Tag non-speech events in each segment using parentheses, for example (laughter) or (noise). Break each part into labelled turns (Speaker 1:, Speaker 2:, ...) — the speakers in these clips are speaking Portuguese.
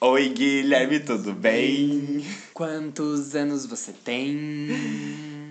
Speaker 1: Oi, Guilherme, tudo bem?
Speaker 2: Quantos anos você
Speaker 1: (laughs)
Speaker 2: tem?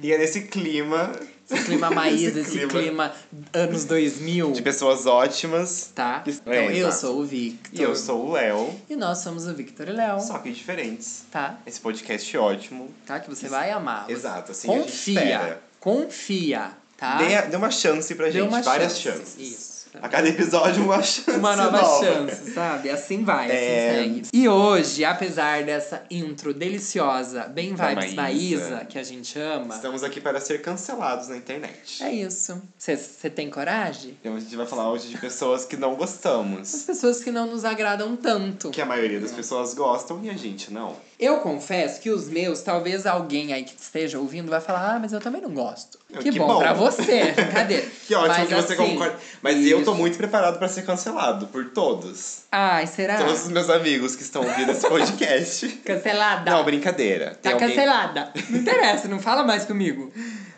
Speaker 1: E é nesse clima
Speaker 2: Esse clima Maísa,
Speaker 1: Esse
Speaker 2: esse, clima. anos 2000,
Speaker 1: de pessoas ótimas
Speaker 2: tá?
Speaker 1: Que-
Speaker 2: Então
Speaker 1: é,
Speaker 2: eu
Speaker 1: exato.
Speaker 2: sou o Victor.
Speaker 1: e eu sou o Léo,
Speaker 2: E nós somos o Victor e Léo,
Speaker 1: só que diferentes.
Speaker 2: tá?
Speaker 1: Esse podcast ótimo.
Speaker 2: Tá? Que você vai amar. Você-
Speaker 1: Exato, assim, a gente
Speaker 2: Confia,
Speaker 1: espera.
Speaker 2: confia, tá?
Speaker 1: Dê, a- dê uma chance pra
Speaker 2: Dê
Speaker 1: gente,
Speaker 2: uma
Speaker 1: várias
Speaker 2: chance,
Speaker 1: chances.
Speaker 2: Isso.
Speaker 1: A cada episódio, uma chance.
Speaker 2: Uma nova, chance, sabe? Assim vai, assim
Speaker 1: É.
Speaker 2: segue. E hoje, apesar dessa intro deliciosa, bem
Speaker 1: Da
Speaker 2: vibes
Speaker 1: Maísa.
Speaker 2: Maísa, que a gente ama,
Speaker 1: Estamos aqui para ser cancelados na internet.
Speaker 2: é isso. Você tem coragem?
Speaker 1: Então a gente vai falar hoje de pessoas que não
Speaker 2: As
Speaker 1: gostamos.
Speaker 2: pessoas que não nos agradam tanto.
Speaker 1: Que a maioria
Speaker 2: É.
Speaker 1: das pessoas gostam e a gente não.
Speaker 2: Eu confesso que os meus, talvez alguém aí que esteja ouvindo vai falar, ah, mas eu também não gosto.
Speaker 1: Eu,
Speaker 2: Que,
Speaker 1: Ah, que
Speaker 2: bom,
Speaker 1: bom. (laughs)
Speaker 2: pra você, brincadeira.
Speaker 1: Que ótimo
Speaker 2: Mas
Speaker 1: que você
Speaker 2: assim,
Speaker 1: concorda. Mas eu tô
Speaker 2: isso.
Speaker 1: muito preparado pra ser cancelado por todos.
Speaker 2: Ai, será?
Speaker 1: Todos os meus amigos que estão ouvindo
Speaker 2: (laughs)
Speaker 1: esse podcast.
Speaker 2: Cancelada.
Speaker 1: Não, brincadeira.
Speaker 2: tá
Speaker 1: Tem alguém-
Speaker 2: cancelada.
Speaker 1: (laughs)
Speaker 2: Não interessa, não fala mais comigo.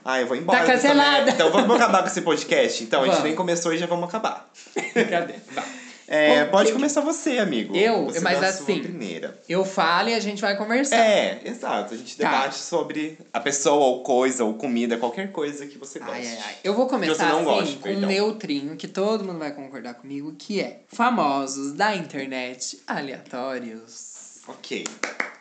Speaker 1: Ah, eu vou embora.
Speaker 2: Tá
Speaker 1: dessa
Speaker 2: cancelada.
Speaker 1: merda. Então vamos acabar com esse podcast. Então, a gente
Speaker 2: Vamos.
Speaker 1: nem começou e já vamos acabar.
Speaker 2: Brincadeira. Vai.
Speaker 1: É,
Speaker 2: Bom,
Speaker 1: pode
Speaker 2: quem-
Speaker 1: começar você, amigo.
Speaker 2: Eu?
Speaker 1: Você
Speaker 2: Mas
Speaker 1: dá a sua
Speaker 2: assim-
Speaker 1: primeira.
Speaker 2: Eu falo e a gente vai conversar.
Speaker 1: É, exato. A gente
Speaker 2: Tá.
Speaker 1: debate sobre a pessoa, ou coisa, ou comida, qualquer coisa que você goste.
Speaker 2: Ai, ai, ai. Eu vou começar
Speaker 1: você não
Speaker 2: assim,
Speaker 1: gosta,
Speaker 2: com
Speaker 1: perdão.
Speaker 2: um neutrinho que todo mundo vai concordar comigo, que é famosos da internet aleatórios.
Speaker 1: Ok. (laughs)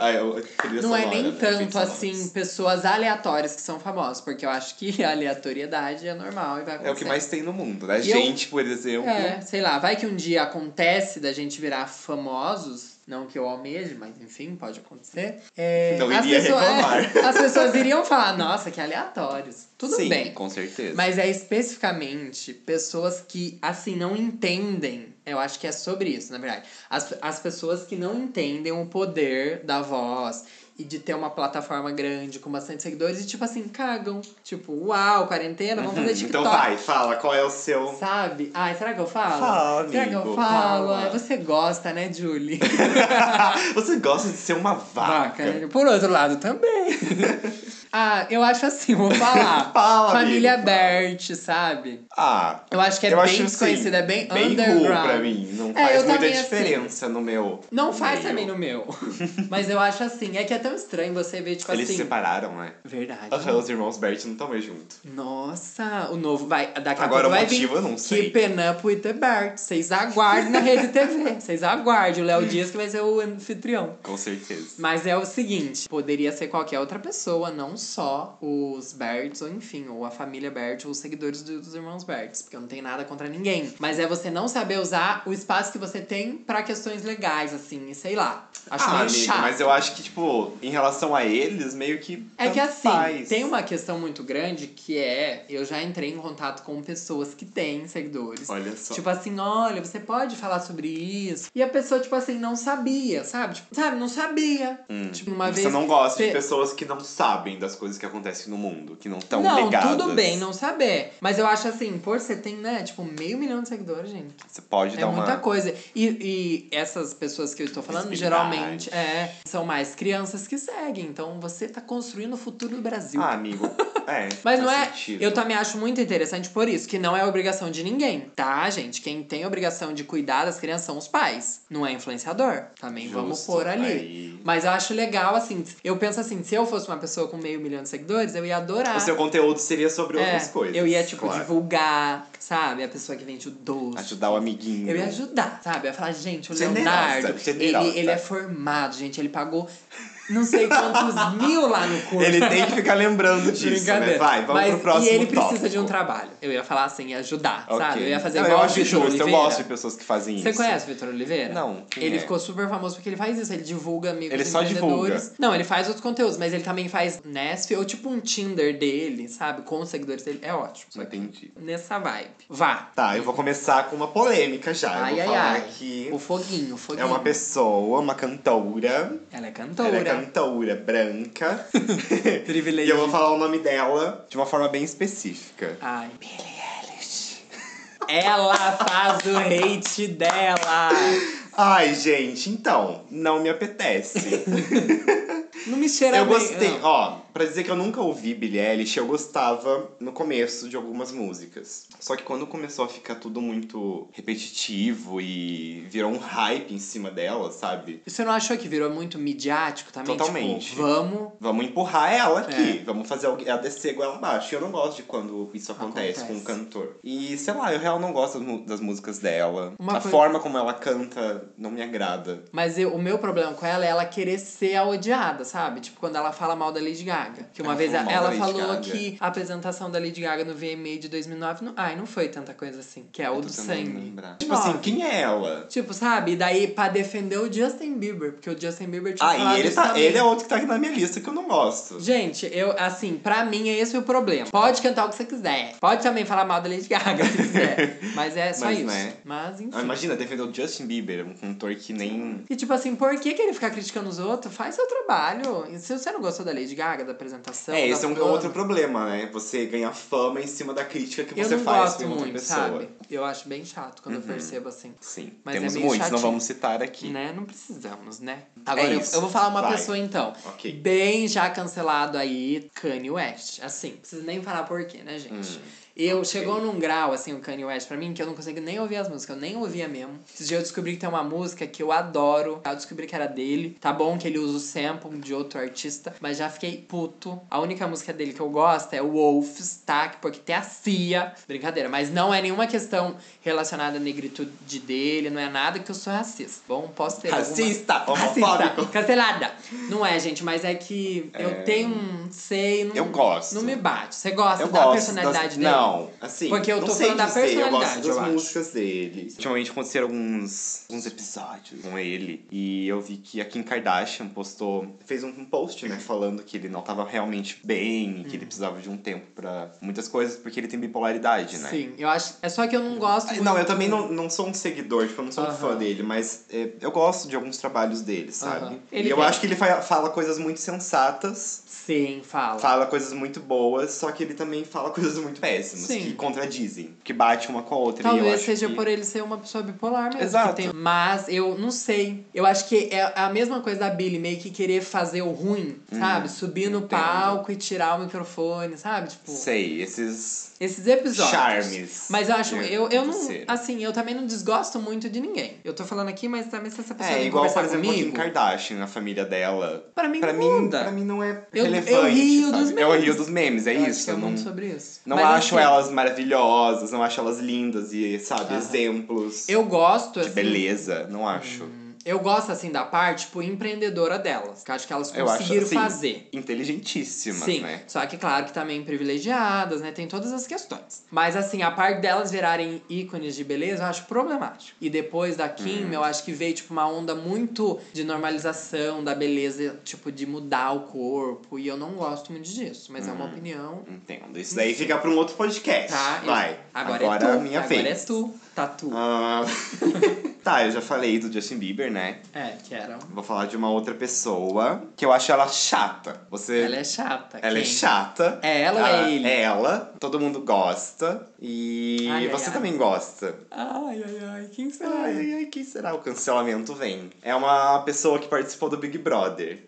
Speaker 1: Ai, eu- trilha
Speaker 2: Não é
Speaker 1: sonora,
Speaker 2: nem
Speaker 1: né? Efeitos
Speaker 2: tanto
Speaker 1: sonoros.
Speaker 2: assim pessoas aleatórias que são famosas, porque eu acho que (laughs) a aleatoriedade é normal e vai acontecer.
Speaker 1: É o que mais né? tem no mundo, né?
Speaker 2: E eu-
Speaker 1: Gente, por exemplo.
Speaker 2: É, sei lá, vai que um dia acontece da gente virar famosos, não que eu almeje, mas enfim, pode acontecer. É,
Speaker 1: Não
Speaker 2: as
Speaker 1: Então iria
Speaker 2: pessoas-
Speaker 1: reclamar.
Speaker 2: as pessoas iriam falar, nossa, que aleatórios. (laughs) Tudo
Speaker 1: Sim,
Speaker 2: bem.
Speaker 1: com certeza.
Speaker 2: Mas é especificamente pessoas que, assim, não entendem. Eu acho que é sobre isso, na verdade. As, as pessoas que não entendem o poder da voz e de ter uma plataforma grande com bastante seguidores e, tipo assim, cagam. Tipo, uau, quarentena, vamos fazer
Speaker 1: Uhum,
Speaker 2: TikTok.
Speaker 1: Então vai, fala, qual é o
Speaker 2: (laughs)
Speaker 1: seu.
Speaker 2: Sabe? Ai, será que eu falo?
Speaker 1: Fala,
Speaker 2: será que eu
Speaker 1: amigo,
Speaker 2: falo?
Speaker 1: fala.
Speaker 2: Ai, Você gosta,
Speaker 1: (laughs)
Speaker 2: né, Julie?
Speaker 1: Você gosta de ser uma vaca.
Speaker 2: Vaca, né? Por outro lado, também. (laughs) ah, eu acho assim, vou
Speaker 1: (laughs)
Speaker 2: falar.
Speaker 1: Fala,
Speaker 2: Família
Speaker 1: amigo, fala.
Speaker 2: Bert, sabe?
Speaker 1: Ah.
Speaker 2: Eu acho que é
Speaker 1: eu
Speaker 2: bem
Speaker 1: acho, assim,
Speaker 2: desconhecida, é bem,
Speaker 1: bem
Speaker 2: underground.
Speaker 1: Cool pra mim. Não
Speaker 2: É,
Speaker 1: faz
Speaker 2: eu
Speaker 1: muita
Speaker 2: também, assim.
Speaker 1: diferença no meu.
Speaker 2: Não faz
Speaker 1: meio.
Speaker 2: também no meu. (laughs) Mas eu acho assim, é que é tão estranho você ver, tipo
Speaker 1: Eles se
Speaker 2: assim.
Speaker 1: separaram, né?
Speaker 2: Verdade.
Speaker 1: Aham, os irmãos Bert não estão mais juntos.
Speaker 2: Nossa, o novo vai. Daqui a
Speaker 1: Agora
Speaker 2: pouco
Speaker 1: o
Speaker 2: vai
Speaker 1: motivo eu
Speaker 2: vir.
Speaker 1: não sei.
Speaker 2: Keep up with the Bert. Vocês aguardem na rede TV. Vocês aguardem. O Léo Dias que vai ser o anfitrião.
Speaker 1: Com certeza.
Speaker 2: Mas é o seguinte, poderia ser qualquer outra pessoa, não só os Berts, ou enfim, ou a família Bert, ou os seguidores do- dos irmãos Berts, porque eu não tenho nada contra ninguém. Mas é você não saber usar o espaço que você tem pra questões legais, assim, e sei lá. Acho
Speaker 1: ah,
Speaker 2: meio
Speaker 1: amigo,
Speaker 2: chato.
Speaker 1: mas eu acho que, tipo, em relação a eles, meio que.
Speaker 2: É que
Speaker 1: tanto
Speaker 2: assim,
Speaker 1: faz.
Speaker 2: tem uma questão muito grande que é, eu já entrei em contato com pessoas que têm seguidores.
Speaker 1: Olha só.
Speaker 2: Tipo assim, olha, você pode falar sobre isso. E a pessoa, tipo assim, não sabia, sabe? Tipo, sabe, não sabia.
Speaker 1: Hum.
Speaker 2: Tipo, uma
Speaker 1: Você
Speaker 2: vez
Speaker 1: não gosta de
Speaker 2: pe-
Speaker 1: pessoas que não sabem das coisas que acontecem no mundo, que não estão
Speaker 2: não,
Speaker 1: ligadas.
Speaker 2: tudo bem não saber. Mas eu acho assim, por você tem, né, tipo, meio milhão de seguidores, gente.
Speaker 1: Você pode
Speaker 2: É
Speaker 1: dar
Speaker 2: muita
Speaker 1: uma.
Speaker 2: coisa. E, e essas pessoas que eu estou falando,
Speaker 1: Visibilidade.
Speaker 2: geralmente, é, são mais crianças que seguem. Então você tá construindo o futuro do Brasil.
Speaker 1: Ah, amigo.
Speaker 2: (laughs)
Speaker 1: É.
Speaker 2: Mas
Speaker 1: faz
Speaker 2: não é.
Speaker 1: sentido.
Speaker 2: Eu também acho muito interessante por isso, que não é obrigação de ninguém, tá, gente? Quem tem obrigação de cuidar das crianças são os pais, não é influenciador. Também vamos
Speaker 1: Justo,
Speaker 2: pôr ali.
Speaker 1: aí.
Speaker 2: Mas eu acho legal, assim. Eu penso assim, se eu fosse uma pessoa com meio milhão de seguidores, eu ia adorar.
Speaker 1: O seu conteúdo seria sobre
Speaker 2: É,
Speaker 1: outras coisas.
Speaker 2: Eu ia, tipo,
Speaker 1: claro.
Speaker 2: divulgar, sabe? A pessoa que vende o doce.
Speaker 1: Ajudar o amiguinho.
Speaker 2: Eu ia ajudar, sabe? Eu ia falar, gente, o
Speaker 1: Generosa,
Speaker 2: Leonardo,
Speaker 1: generosa.
Speaker 2: Ele, ele é formado, gente. Ele pagou não sei quantos
Speaker 1: (laughs)
Speaker 2: mil lá no curso.
Speaker 1: Ele tem que ficar lembrando disso, né?
Speaker 2: Brincadeira.
Speaker 1: Vai, vamos
Speaker 2: Mas,
Speaker 1: pro próximo
Speaker 2: E ele
Speaker 1: tópico.
Speaker 2: precisa de um trabalho. Eu ia falar assim, ia ajudar,
Speaker 1: Ok.
Speaker 2: sabe? Eu ia fazer
Speaker 1: Não,
Speaker 2: igual
Speaker 1: eu
Speaker 2: o
Speaker 1: acho
Speaker 2: Vitor
Speaker 1: justo, eu
Speaker 2: Oliveira.
Speaker 1: gosto de pessoas que fazem isso.
Speaker 2: Você conhece o Vitor Oliveira?
Speaker 1: Não, quem
Speaker 2: Ele
Speaker 1: é?
Speaker 2: ficou super famoso porque ele faz isso, ele divulga amigos
Speaker 1: Ele só
Speaker 2: empreendedores.
Speaker 1: divulga.
Speaker 2: Não, ele faz outros conteúdos, mas ele também faz Nesp ou tipo um Tinder dele, sabe? Com os seguidores dele. É ótimo.
Speaker 1: Não entendi.
Speaker 2: Nessa vibe. Vá.
Speaker 1: Tá, eu vou começar com uma polêmica já. Ah, eu vou
Speaker 2: Ai, ai,
Speaker 1: falar
Speaker 2: ai. Um
Speaker 1: que
Speaker 2: O foguinho, o foguinho.
Speaker 1: é uma pessoa, uma cantora.
Speaker 2: Ela é cantora.
Speaker 1: Ela é cantora
Speaker 2: (laughs)
Speaker 1: branca. e eu
Speaker 2: Privilegiada.
Speaker 1: vou falar o nome dela de uma forma bem específica.
Speaker 2: Ai. Billie Eilish. Ela faz o hate dela.
Speaker 1: Ai, gente, então, não me apetece.
Speaker 2: (laughs) Não me cheira
Speaker 1: eu
Speaker 2: é bem.
Speaker 1: gostei,
Speaker 2: não.
Speaker 1: ó, Pra dizer que eu nunca ouvi Billie Eilish, eu gostava no começo de algumas músicas. Só que quando começou a ficar tudo muito repetitivo e virou um hype em cima dela, sabe?
Speaker 2: Você não achou que virou muito midiático também?
Speaker 1: Totalmente.
Speaker 2: Tipo, vamos.
Speaker 1: Vamos empurrar ela aqui,
Speaker 2: É.
Speaker 1: vamos fazer algu- ela descer ela abaixo. E eu não gosto de quando isso acontece, com um
Speaker 2: Acontece.
Speaker 1: cantor. E sei lá, eu real não gosto das mu- das músicas dela.
Speaker 2: Uma
Speaker 1: a
Speaker 2: coi-
Speaker 1: forma como ela canta não me agrada.
Speaker 2: Mas eu- o meu problema com ela é ela querer ser a odiada, sabe? Tipo, quando ela fala mal da Lady Gaga. Que uma
Speaker 1: Ela
Speaker 2: vez
Speaker 1: falou
Speaker 2: ela,
Speaker 1: mal da Lady
Speaker 2: falou
Speaker 1: Gaga.
Speaker 2: que a apresentação da Lady Gaga no VMA de 2009... Não, ai, não foi tanta coisa assim. Que é o
Speaker 1: Eu
Speaker 2: do
Speaker 1: tô tentando
Speaker 2: sangue.
Speaker 1: lembrar. Tipo assim,
Speaker 2: Nove.
Speaker 1: quem é ela?
Speaker 2: Tipo, sabe? E daí pra defender o Justin Bieber. Porque o Justin Bieber tinha
Speaker 1: Ah,
Speaker 2: falado
Speaker 1: e ele,
Speaker 2: isso
Speaker 1: tá,
Speaker 2: também.
Speaker 1: ele é outro que tá aqui na minha lista que eu não gosto.
Speaker 2: Gente, eu, assim, pra mim é esse o problema. Pode cantar o que você quiser. Pode também falar mal da Lady Gaga
Speaker 1: (laughs)
Speaker 2: se quiser. Mas é só
Speaker 1: Mas,
Speaker 2: isso.
Speaker 1: né?
Speaker 2: Mas, enfim.
Speaker 1: Ah, Imagina, defender o Justin Bieber, um cantor que nem.
Speaker 2: E tipo assim, por que, que ele ficar criticando os outros? Faz seu trabalho. E se você não gostou da Lady Gaga, da apresentação.
Speaker 1: É,
Speaker 2: da
Speaker 1: esse é um
Speaker 2: fulana,
Speaker 1: outro problema, né? Você ganhar fama em cima da crítica que
Speaker 2: Eu
Speaker 1: você
Speaker 2: não
Speaker 1: faz
Speaker 2: gosto
Speaker 1: pra outra
Speaker 2: muito,
Speaker 1: pessoa. Uhum.
Speaker 2: sabe? Eu acho bem chato quando eu percebo assim.
Speaker 1: Sim,
Speaker 2: Mas é
Speaker 1: temos
Speaker 2: meio
Speaker 1: muitos, não
Speaker 2: chatinho.
Speaker 1: vamos citar aqui.
Speaker 2: Né? Não precisamos, né? Agora eu,
Speaker 1: isso.
Speaker 2: eu vou falar uma
Speaker 1: Vai.
Speaker 2: pessoa então.
Speaker 1: Ok.
Speaker 2: Bem já cancelado aí, Kanye West. Assim, não preciso nem falar porquê, né, gente? eu chegou num grau, assim, o Kanye West pra mim, que eu não consigo nem ouvir as músicas, eu nem ouvia mesmo. Esse dia eu descobri que tem uma música que eu adoro. Eu descobri que era dele. Tá bom que ele usa o sample de outro artista, mas já fiquei puto. A única música dele que eu gosto é Wolves, tá? Porque tem a Cia. Brincadeira, mas não é nenhuma questão relacionada à negritude dele, não é nada que eu sou racista. Bom, posso ter alguma...
Speaker 1: Racista,
Speaker 2: Racista,
Speaker 1: homofóbico.
Speaker 2: cancelada. Não é, gente, mas é que eu tenho um. Sei, não,
Speaker 1: Eu gosto.
Speaker 2: Não me bate. Você gosta
Speaker 1: Eu
Speaker 2: da
Speaker 1: gosto
Speaker 2: personalidade
Speaker 1: das...
Speaker 2: dele?
Speaker 1: Não, assim.
Speaker 2: Porque eu
Speaker 1: não
Speaker 2: tô
Speaker 1: sei
Speaker 2: falando da
Speaker 1: dizer, eu gosto
Speaker 2: personalidade,
Speaker 1: das
Speaker 2: eu acho.
Speaker 1: músicas dele. Ultimamente aconteceram alguns, alguns episódios com ele. E eu vi que a Kim Kardashian postou. Fez um um post, né? Falando que ele não tava realmente bem e
Speaker 2: Hum.
Speaker 1: que ele precisava de um tempo pra muitas coisas, porque ele tem bipolaridade, né?
Speaker 2: Sim, eu acho. É só que eu não gosto.
Speaker 1: Ah,
Speaker 2: muito-
Speaker 1: Não, eu também não, não sou um seguidor, tipo, eu não sou um
Speaker 2: Aham.
Speaker 1: fã dele, mas é, eu gosto de alguns trabalhos dele, sabe?
Speaker 2: Aham.
Speaker 1: E
Speaker 2: Ele
Speaker 1: eu
Speaker 2: tem-
Speaker 1: acho que ele fa- fala coisas muito sensatas,
Speaker 2: Sim, fala.
Speaker 1: fala coisas muito boas, só que ele também fala (laughs) coisas muito péssimas,
Speaker 2: Sim.
Speaker 1: que contradizem, que bate uma com a outra. e eu
Speaker 2: Talvez
Speaker 1: acho
Speaker 2: seja
Speaker 1: que...
Speaker 2: por ele ser uma pessoa bipolar mesmo.
Speaker 1: Exato.
Speaker 2: que tem- Mas eu não sei. Eu acho que é a mesma coisa da Billy, meio que querer fazer o ruim, sabe? Subir no
Speaker 1: Uhum. entendo.
Speaker 2: palco e tirar o microfone, sabe? Tipo,
Speaker 1: Sei, esses
Speaker 2: esses episódios.
Speaker 1: charmes.
Speaker 2: Mas eu acho,
Speaker 1: que
Speaker 2: eu, eu não,
Speaker 1: aconteceram.
Speaker 2: assim, eu também não desgosto muito de ninguém. Eu tô falando aqui, mas também se essa pessoa
Speaker 1: É,
Speaker 2: vem
Speaker 1: igual, por
Speaker 2: conversar
Speaker 1: exemplo, a Kim
Speaker 2: comigo,
Speaker 1: Kardashian, a família dela.
Speaker 2: pra mim
Speaker 1: Pra mim,
Speaker 2: muda.
Speaker 1: pra mim não é
Speaker 2: Eu- eu
Speaker 1: relevante.
Speaker 2: rio dos
Speaker 1: sabe? Eu
Speaker 2: memes.
Speaker 1: rio dos memes, é
Speaker 2: Eu acho
Speaker 1: isso.
Speaker 2: que é
Speaker 1: eu não,
Speaker 2: muito sobre isso.
Speaker 1: Não
Speaker 2: Mas,
Speaker 1: acho
Speaker 2: assim,
Speaker 1: elas maravilhosas, não acho elas lindas e, sabe,
Speaker 2: Aham.
Speaker 1: exemplos
Speaker 2: Eu gosto,
Speaker 1: de
Speaker 2: assim,
Speaker 1: beleza. Não acho.
Speaker 2: Eu gosto, assim, da parte, tipo, empreendedora delas. Que eu acho que elas
Speaker 1: Eu acho,
Speaker 2: conseguiram
Speaker 1: assim,
Speaker 2: fazer.
Speaker 1: Inteligentíssimas,
Speaker 2: Sim,
Speaker 1: né?
Speaker 2: só que claro que também privilegiadas, né? Tem todas as questões. Mas assim, a parte delas virarem ícones de beleza, eu acho problemático. E depois da Kim,
Speaker 1: Hum.
Speaker 2: eu acho que veio tipo uma onda muito de normalização da beleza, tipo de mudar o corpo, e eu não gosto muito disso, mas é
Speaker 1: Hum.
Speaker 2: uma opinião.
Speaker 1: Entendo. Isso daí fica pra um outro podcast.
Speaker 2: Tá? Eu-
Speaker 1: Vai.
Speaker 2: Agora, é tu,
Speaker 1: a minha
Speaker 2: agora
Speaker 1: vez.
Speaker 2: é tu, tatu.
Speaker 1: Ah, (laughs) tá, eu já falei do Justin Bieber, né?
Speaker 2: É, que era.
Speaker 1: Vou falar de uma outra pessoa que eu acho ela chata. Você.
Speaker 2: Ela é chata.
Speaker 1: Ela é
Speaker 2: Quem?
Speaker 1: chata.
Speaker 2: É ela ou é ele?
Speaker 1: É ela. Todo mundo gosta. E
Speaker 2: Ai, ai,
Speaker 1: você
Speaker 2: ai.
Speaker 1: também gosta.
Speaker 2: Ai, ai, ai, quem será?
Speaker 1: Ai, ai, ai, quem será? O cancelamento vem. É uma pessoa que participou do Big Brother.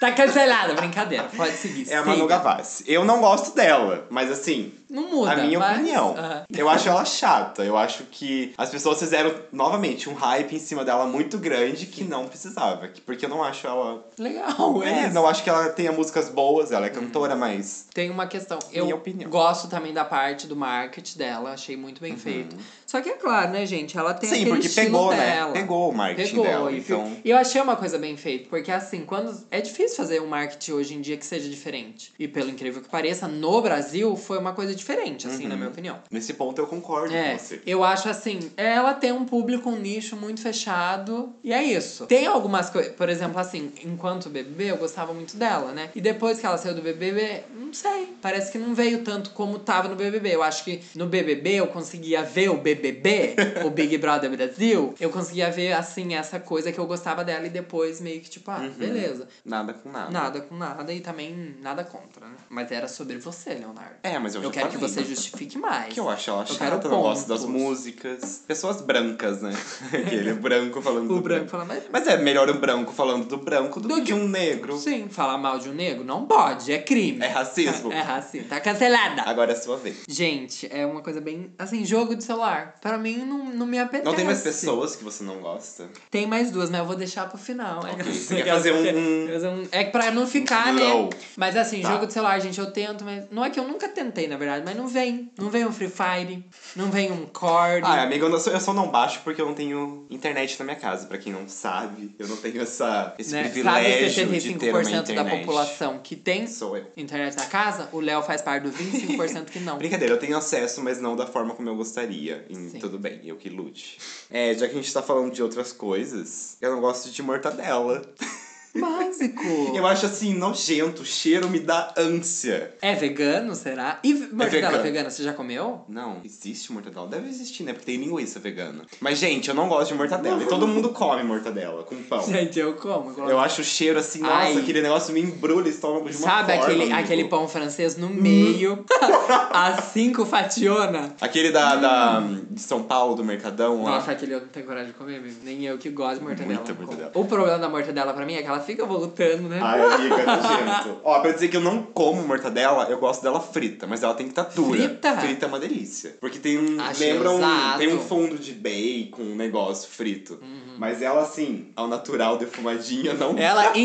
Speaker 2: Tá cancelada, brincadeira. Pode seguir.
Speaker 1: É a Manu
Speaker 2: siga.
Speaker 1: Gavassi. Eu não gosto dela, mas assim,
Speaker 2: Não muda.
Speaker 1: a minha
Speaker 2: mas-
Speaker 1: opinião.
Speaker 2: Aham.
Speaker 1: Eu acho ela chata. Eu acho que as pessoas fizeram, novamente, um hype em cima dela muito grande que não precisava. que- Porque eu não acho ela.
Speaker 2: Legal, é. Uhum.
Speaker 1: É,
Speaker 2: isso.
Speaker 1: não acho que ela tenha músicas boas, ela é cantora, mas.
Speaker 2: Tem uma questão.
Speaker 1: Minha
Speaker 2: Eu
Speaker 1: opinião. Uhum.
Speaker 2: gosto também da parte do marketing dela, achei muito bem feito. Só que é claro, né, gente? Ela tem
Speaker 1: Sim,
Speaker 2: aquele
Speaker 1: porque
Speaker 2: estilo
Speaker 1: pegou,
Speaker 2: dela.
Speaker 1: né? Pegou o marketing
Speaker 2: Pegou,
Speaker 1: dela.
Speaker 2: e
Speaker 1: Então.
Speaker 2: fi- e eu achei uma coisa bem feita, porque assim, quando é difícil fazer um marketing hoje em dia que seja diferente. E pelo incrível que pareça, no Brasil foi uma coisa diferente, assim,
Speaker 1: Uhum.
Speaker 2: na minha opinião.
Speaker 1: Nesse ponto eu concordo
Speaker 2: É,
Speaker 1: com você.
Speaker 2: eu acho assim, ela tem um público, um nicho muito fechado, e é isso. Tem algumas coisas, por exemplo, assim, enquanto BBB, eu gostava muito dela, né? E depois que ela saiu do BBB, não sei, parece que não veio tanto como tava no BBB. Eu acho que no BBB eu conseguia ver o
Speaker 1: (laughs)
Speaker 2: BBB, o Big Brother
Speaker 1: Uhum.
Speaker 2: Brasil, eu conseguia ver, assim, essa coisa que eu gostava dela, e depois meio que tipo, ah, beleza.
Speaker 1: Nada com nada.
Speaker 2: Nada com nada e também nada contra, né? Mas era sobre você, Leonardo.
Speaker 1: É, mas eu,
Speaker 2: Eu,
Speaker 1: já
Speaker 2: quero que
Speaker 1: falei,
Speaker 2: você
Speaker 1: né?
Speaker 2: justifique mais.
Speaker 1: que eu acho ela
Speaker 2: quero
Speaker 1: chata, eu não gosto das
Speaker 2: pontos.
Speaker 1: músicas. Pessoas brancas, né? (laughs) Aquele branco falando
Speaker 2: O
Speaker 1: do
Speaker 2: branco fala, mas.
Speaker 1: Mas é melhor um branco falando do branco do, que um negro.
Speaker 2: Sim, falar mal de um negro não pode, é crime.
Speaker 1: É racismo.
Speaker 2: É racismo, tá cancelada.
Speaker 1: Agora é a sua vez.
Speaker 2: Gente, é uma coisa bem. Assim, jogo de celular. Pra mim não, não me apetece.
Speaker 1: Não tem mais pessoas que você não gosta?
Speaker 2: Tem mais duas, mas eu vou deixar pro final. É
Speaker 1: Ok, você quer fazer um- um-
Speaker 2: Fazer um- É pra não ficar,
Speaker 1: Slow.
Speaker 2: né? Mas assim,
Speaker 1: Tá.
Speaker 2: jogo de celular, gente, eu tento, mas. Não é que eu nunca tentei, na verdade, mas não vem. Não vem um Free Fire, não vem um Cord.
Speaker 1: Ah, amiga, eu, não- eu só não baixo porque eu não tenho internet na minha casa. Pra quem não sabe, eu não tenho essa, esse
Speaker 2: né?
Speaker 1: privilégio
Speaker 2: Sabe
Speaker 1: de ter uma
Speaker 2: 75%
Speaker 1: internet.
Speaker 2: da população que tem
Speaker 1: Sou eu.
Speaker 2: internet na casa? O Léo faz parte do 25% que não.
Speaker 1: Brincadeira, eu tenho acesso, mas não da forma como eu gostaria. E
Speaker 2: Sim.
Speaker 1: tudo bem, eu que lute. É, já que a gente tá falando de outras coisas, eu não gosto de mortadela.
Speaker 2: (laughs) Básico!
Speaker 1: Eu acho assim, nojento, o cheiro me dá ânsia.
Speaker 2: É vegano, será? E mortadela
Speaker 1: É vegano.
Speaker 2: vegana, você já comeu?
Speaker 1: Não, existe mortadela? Deve existir, né? Porque tem linguiça vegana. Mas, gente, eu não gosto de mortadela. E todo mundo come mortadela com pão.
Speaker 2: (laughs) Gente, eu como. eu coloco
Speaker 1: Eu acho o cheiro assim, nossa,
Speaker 2: Ai.
Speaker 1: aquele negócio me embrulha o estômago de uma
Speaker 2: Sabe
Speaker 1: forma,
Speaker 2: aquele,
Speaker 1: amigo.
Speaker 2: aquele pão francês
Speaker 1: (laughs)
Speaker 2: no meio, as cinco fationa?
Speaker 1: Aquele da, da, de São Paulo, do Mercadão lá.
Speaker 2: Nossa, aquele eu não tenho coragem de comer, amigo. Nem eu que gosto de mortadela.
Speaker 1: Muita
Speaker 2: não como.
Speaker 1: mortadela.
Speaker 2: O problema da mortadela pra mim é que ela fica voltando, né?
Speaker 1: Ai, amiga, é nojento. Ó, pra dizer que eu não como mortadela, eu gosto dela frita, mas ela tem que estar dura.
Speaker 2: Frita?
Speaker 1: Frita é uma delícia. Porque tem um.
Speaker 2: Acho
Speaker 1: lembra um.
Speaker 2: ousado.
Speaker 1: Tem um fundo de bacon, um negócio frito.
Speaker 2: Uhum.
Speaker 1: Mas ela, assim, ao natural, defumadinha, não.
Speaker 2: Ela in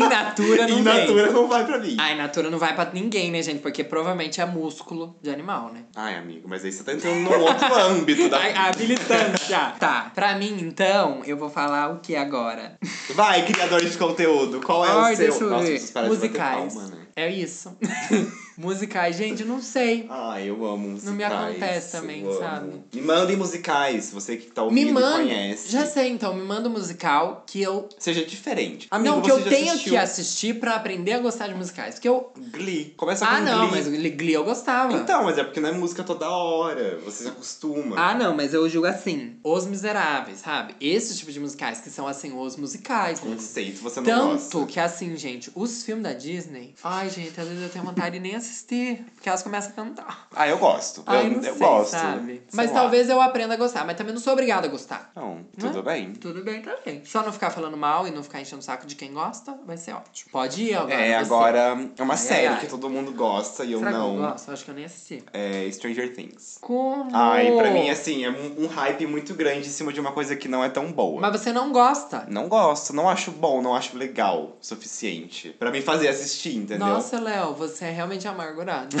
Speaker 1: (laughs)
Speaker 2: natura não
Speaker 1: em
Speaker 2: vem.
Speaker 1: natura não vai pra mim.
Speaker 2: Ah, in natura não vai pra ninguém, né, gente? Porque provavelmente é músculo de animal, né?
Speaker 1: Ai, amigo, mas aí você tá entrando num
Speaker 2: (laughs)
Speaker 1: outro âmbito da.
Speaker 2: A, a militância. tá, pra mim, então, eu vou falar o que agora?
Speaker 1: Vai, criadores de conteúdo, qual é
Speaker 2: Ai,
Speaker 1: o seu?
Speaker 2: deixa eu
Speaker 1: Nossa,
Speaker 2: ver.
Speaker 1: preciso parar de bater
Speaker 2: Musicais.
Speaker 1: palma, né?
Speaker 2: É isso. (laughs) Musicais, gente, não sei.
Speaker 1: Ai, eu amo musicais.
Speaker 2: Não me acontece
Speaker 1: eu
Speaker 2: também,
Speaker 1: amo.
Speaker 2: sabe?
Speaker 1: Me mandem musicais, você que tá ouvindo
Speaker 2: Me
Speaker 1: e
Speaker 2: manda.
Speaker 1: conhece.
Speaker 2: Já sei, então, me manda um musical que eu.
Speaker 1: Seja diferente.
Speaker 2: Ah, não, que eu tenho
Speaker 1: assistiu um
Speaker 2: que assistir pra aprender a gostar de musicais. Porque eu.
Speaker 1: Glee. Começa com
Speaker 2: ah, não,
Speaker 1: Glee.
Speaker 2: mas o Glee Glee eu gostava.
Speaker 1: Então, mas é porque não é música toda hora. Você se acostuma.
Speaker 2: Ah, não, mas eu julgo assim, Os Miseráveis, sabe? Esse tipo de musicais que são assim, os musicais. né?
Speaker 1: Conceito, você não
Speaker 2: Tanto
Speaker 1: gosta.
Speaker 2: que assim, gente, os filmes da Disney. Ai, gente, às vezes eu tenho vontade de nem assistir, porque elas começam a cantar.
Speaker 1: Ah, eu gosto.
Speaker 2: Ai,
Speaker 1: eu
Speaker 2: não
Speaker 1: eu
Speaker 2: sei,
Speaker 1: gosto.
Speaker 2: sabe?
Speaker 1: Sei
Speaker 2: mas
Speaker 1: lá.
Speaker 2: talvez é? eu aprenda a gostar, mas também não sou obrigada a gostar.
Speaker 1: Não, tudo bem.
Speaker 2: Tudo bem também. Só não ficar falando mal e não ficar enchendo o saco de quem gosta, vai ser ótimo. Pode ir agora.
Speaker 1: É,
Speaker 2: você.
Speaker 1: agora é uma
Speaker 2: Ai,
Speaker 1: série
Speaker 2: ai, ai.
Speaker 1: que todo mundo gosta e eu
Speaker 2: Será
Speaker 1: não.
Speaker 2: que eu gosto? Eu acho que eu nem assisti.
Speaker 1: É Stranger Things.
Speaker 2: Como?
Speaker 1: Ai, pra mim, assim, é um, um hype muito grande em cima de uma coisa que não é tão boa.
Speaker 2: Mas você não gosta.
Speaker 1: Não gosto, não acho bom, não acho legal o suficiente. Pra me fazer assistir, entendeu?
Speaker 2: Nossa, Léo, você é
Speaker 1: (laughs)
Speaker 2: realmente amargurado.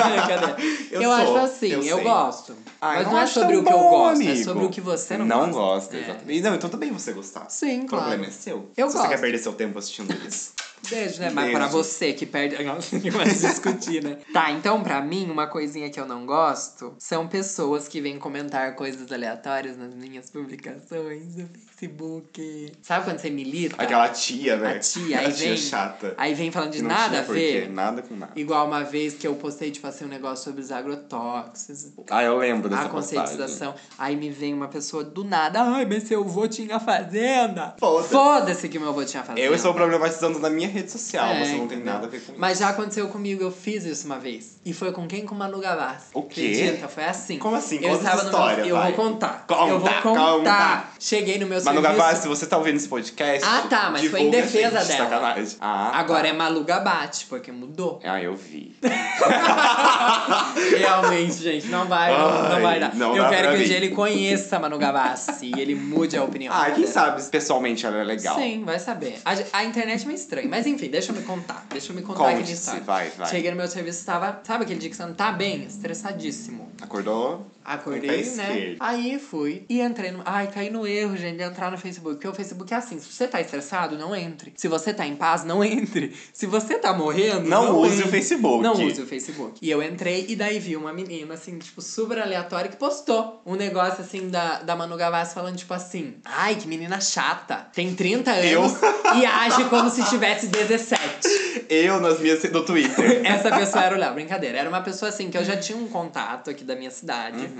Speaker 2: Cadê?
Speaker 1: Eu
Speaker 2: Eu,
Speaker 1: sou,
Speaker 2: acho assim,
Speaker 1: eu
Speaker 2: eu,
Speaker 1: sei.
Speaker 2: gosto.
Speaker 1: Ah, eu
Speaker 2: mas não é
Speaker 1: acho tão
Speaker 2: sobre o que eu
Speaker 1: bom,
Speaker 2: gosto, é
Speaker 1: amigo.
Speaker 2: sobre o que você não,
Speaker 1: não
Speaker 2: gosta.
Speaker 1: gosta,
Speaker 2: É.
Speaker 1: exatamente. E Não, então tudo bem você gostar.
Speaker 2: Sim,
Speaker 1: O problema é
Speaker 2: claro.
Speaker 1: seu.
Speaker 2: Eu
Speaker 1: Se você
Speaker 2: gosto.
Speaker 1: quer perder seu tempo
Speaker 2: (laughs)
Speaker 1: assistindo isso.
Speaker 2: Beijo, né? Mas
Speaker 1: Beijo.
Speaker 2: pra você que perde. Nossa, que mais
Speaker 1: (laughs)
Speaker 2: discutir, né? Tá, então pra mim, uma coisinha que eu não gosto são pessoas que vêm comentar coisas aleatórias nas minhas publicações do Facebook. Sabe quando você milita?
Speaker 1: Aquela tia, né? (laughs)
Speaker 2: A tia,
Speaker 1: Aquela
Speaker 2: aí
Speaker 1: tia
Speaker 2: vem-
Speaker 1: chata.
Speaker 2: Aí vem falando de
Speaker 1: Não
Speaker 2: nada
Speaker 1: tinha né?
Speaker 2: a ver.
Speaker 1: porquê, Nada com nada.
Speaker 2: Igual uma vez que eu postei, tipo assim, um negócio sobre os agrotóxicos.
Speaker 1: Ah, eu lembro dessa
Speaker 2: a
Speaker 1: postagem.
Speaker 2: conscientização. Aí me vem uma pessoa do nada. Ai, mas seu avô tinha fazenda.
Speaker 1: Foda-se.
Speaker 2: Foda-se que meu avô tinha fazenda.
Speaker 1: Eu estou problematizando na minha rede social,
Speaker 2: É,
Speaker 1: você não tem
Speaker 2: entendeu?
Speaker 1: nada a ver com isso.
Speaker 2: Mas já aconteceu comigo, eu fiz isso uma vez. E foi com quem? Com Manu Gavassi.
Speaker 1: O quê?
Speaker 2: Acredita? Foi assim.
Speaker 1: Como assim?
Speaker 2: Eu
Speaker 1: Conta essa
Speaker 2: estava no meu-
Speaker 1: história,
Speaker 2: Eu
Speaker 1: vai.
Speaker 2: vou contar.
Speaker 1: Conta,
Speaker 2: eu vou contar.
Speaker 1: conta.
Speaker 2: Cheguei no meu
Speaker 1: Manu
Speaker 2: serviço.
Speaker 1: Gavassi, se você tá ouvindo esse podcast.
Speaker 2: Ah, tá, mas foi em
Speaker 1: divulga a
Speaker 2: defesa
Speaker 1: gente,
Speaker 2: dela.
Speaker 1: Sacanagem. Ah, tá.
Speaker 2: Agora é Malu Gabate, porque mudou.
Speaker 1: Ah, eu vi. (laughs)
Speaker 2: Realmente, gente, não vai, não,
Speaker 1: Ai,
Speaker 2: não vai dar.
Speaker 1: não
Speaker 2: eu
Speaker 1: dá
Speaker 2: quero
Speaker 1: pra
Speaker 2: que
Speaker 1: mim.
Speaker 2: um dia ele conheça Manu Gavassi e ele mude a opinião.
Speaker 1: Ah, quem
Speaker 2: dela.
Speaker 1: sabe se pessoalmente ela é legal.
Speaker 2: Sim, vai saber. A, a internet é meio estranha. Mas enfim, deixa eu me contar. Deixa eu me contar aqui
Speaker 1: Conte-se,
Speaker 2: minha história.
Speaker 1: vai, vai.
Speaker 2: Cheguei no meu serviço, tava. Sabe aquele dia que você não tá bem? Estressadíssimo.
Speaker 1: Acordou? Com o pé
Speaker 2: Acordei, né?
Speaker 1: esquerdo.
Speaker 2: Aí fui e entrei no. Ai, caí no erro, gente, de entrar no Facebook. Porque o Facebook é assim: se você tá estressado, não entre. Se você tá em paz, não (laughs) entre. Se você tá morrendo,
Speaker 1: Não
Speaker 2: não,
Speaker 1: use o
Speaker 2: entre.
Speaker 1: Facebook.
Speaker 2: Não use o Facebook. E eu entrei e daí vi uma menina, assim, tipo, super aleatória que postou um negócio, assim, da, da Manu Gavassi falando, tipo assim: Ai, que menina chata. Tem 30
Speaker 1: Eu? (laughs)
Speaker 2: anos e age como se tivesse 17.
Speaker 1: Eu nas minhas no
Speaker 2: (laughs)
Speaker 1: Twitter.
Speaker 2: Essa pessoa era o Léo, brincadeira. Era uma pessoa assim que eu já tinha um contato aqui da minha cidade.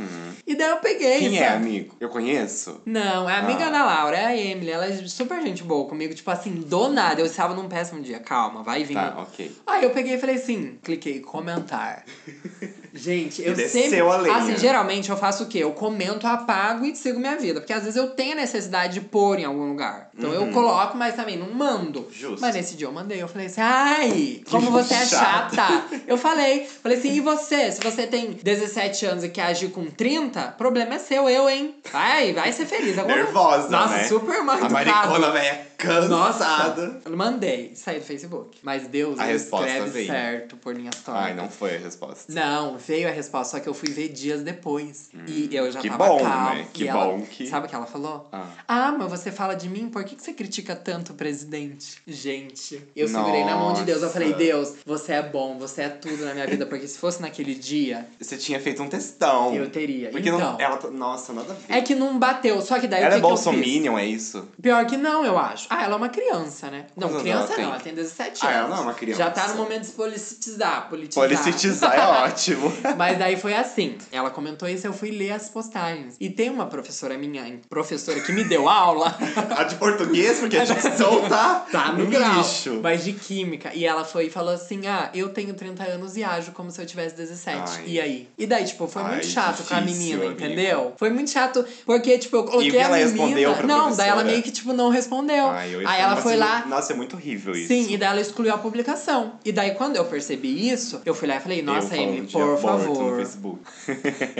Speaker 2: E daí eu peguei.
Speaker 1: Uhum. Hum. Quem é,
Speaker 2: sabe?
Speaker 1: amigo? Eu conheço?
Speaker 2: Não, é amiga
Speaker 1: Ah.
Speaker 2: na Laura, é a Emily, ela é super gente boa comigo, tipo assim, do nada. Eu estava num péssimo dia, calma, vai vir. um
Speaker 1: Tá, ok.
Speaker 2: Aí eu peguei e falei assim, cliquei, comentar. (laughs) Gente, eu
Speaker 1: desceu
Speaker 2: sempre.
Speaker 1: a lenha.
Speaker 2: Assim, geralmente eu faço o quê? Eu comento, apago e sigo minha vida. Porque às vezes eu tenho a necessidade de pôr em algum lugar. Então eu coloco, mas também não mando.
Speaker 1: Justo.
Speaker 2: Mas nesse dia eu mandei, eu falei assim, ai, como você é
Speaker 1: chato."
Speaker 2: chata. Eu falei, falei assim, e você? Se você tem 17 anos e quer agir com 30, problema é seu, eu, hein? Vai, vai ser feliz. Agora,
Speaker 1: Nervosa,
Speaker 2: Tá Nossa,
Speaker 1: né?
Speaker 2: super mal
Speaker 1: A
Speaker 2: educada.
Speaker 1: maricona, velho, é cansada.
Speaker 2: Nossa, Tá. eu mandei, saí do Facebook. Mas Deus
Speaker 1: A
Speaker 2: ele
Speaker 1: resposta
Speaker 2: escreve
Speaker 1: veio.
Speaker 2: certo por linhas tortas.
Speaker 1: Ai, não foi a resposta.
Speaker 2: Não, veio a resposta, só que eu fui ver dias depois. e eu já
Speaker 1: Hum, que
Speaker 2: tava
Speaker 1: bom,
Speaker 2: calma.
Speaker 1: né?
Speaker 2: e
Speaker 1: Que
Speaker 2: ela-
Speaker 1: bom que-
Speaker 2: Sabe o que ela falou?
Speaker 1: Ah.
Speaker 2: mas você fala de mim, por que, que você critica tanto o presidente? Gente, eu segurei na mão de Deus, eu
Speaker 1: Nossa.
Speaker 2: falei, Deus, você é bom, você é tudo na minha vida, porque se fosse naquele dia,
Speaker 1: Você tinha feito um textão.
Speaker 2: eu teria.
Speaker 1: Porque
Speaker 2: então,
Speaker 1: não, ela. tá- Nossa, nada a ver.
Speaker 2: é que não bateu, só que daí o
Speaker 1: ela
Speaker 2: que
Speaker 1: é
Speaker 2: que eu fiz?
Speaker 1: bolsominion, é isso?
Speaker 2: Pior que não, eu acho. Ah, ela é uma criança, né? Não,
Speaker 1: Quantos anos
Speaker 2: criança
Speaker 1: ela
Speaker 2: não,
Speaker 1: tem?
Speaker 2: ela tem 17
Speaker 1: Ah,
Speaker 2: anos.
Speaker 1: ela não é uma criança.
Speaker 2: Já tá no momento de se politizar, politizar.
Speaker 1: Policitizar é
Speaker 2: Tá.
Speaker 1: ótimo. (laughs)
Speaker 2: (laughs) Mas daí foi assim. Ela comentou isso, eu fui ler as postagens. E tem uma professora minha, hein, professora que me deu aula. (laughs)
Speaker 1: A de português, porque a dicção tá,
Speaker 2: Tá no grau,
Speaker 1: lixo.
Speaker 2: mas de química. E ela foi e falou assim: Ah, eu tenho 30 anos e ajo como se eu tivesse 17.
Speaker 1: Ai.
Speaker 2: E aí? E daí, tipo, foi
Speaker 1: Ai,
Speaker 2: muito chato com a
Speaker 1: difícil,
Speaker 2: menina,
Speaker 1: amigo.
Speaker 2: entendeu? Foi muito chato, porque, tipo, eu coloquei
Speaker 1: E o que
Speaker 2: a
Speaker 1: ela
Speaker 2: menina.
Speaker 1: respondeu pra
Speaker 2: não, daí ela
Speaker 1: professora?
Speaker 2: meio que, tipo, não respondeu.
Speaker 1: Ai, eu ia
Speaker 2: então,
Speaker 1: falar,
Speaker 2: aí ela
Speaker 1: mas
Speaker 2: foi
Speaker 1: assim,
Speaker 2: lá,
Speaker 1: Nossa, é muito horrível isso.
Speaker 2: Sim, e daí ela excluiu a publicação. E daí, quando eu percebi isso, eu fui lá e falei, nossa,
Speaker 1: eu falando
Speaker 2: Emily,
Speaker 1: de
Speaker 2: por
Speaker 1: aborto No
Speaker 2: favor.
Speaker 1: Facebook. (laughs)
Speaker 2: (laughs)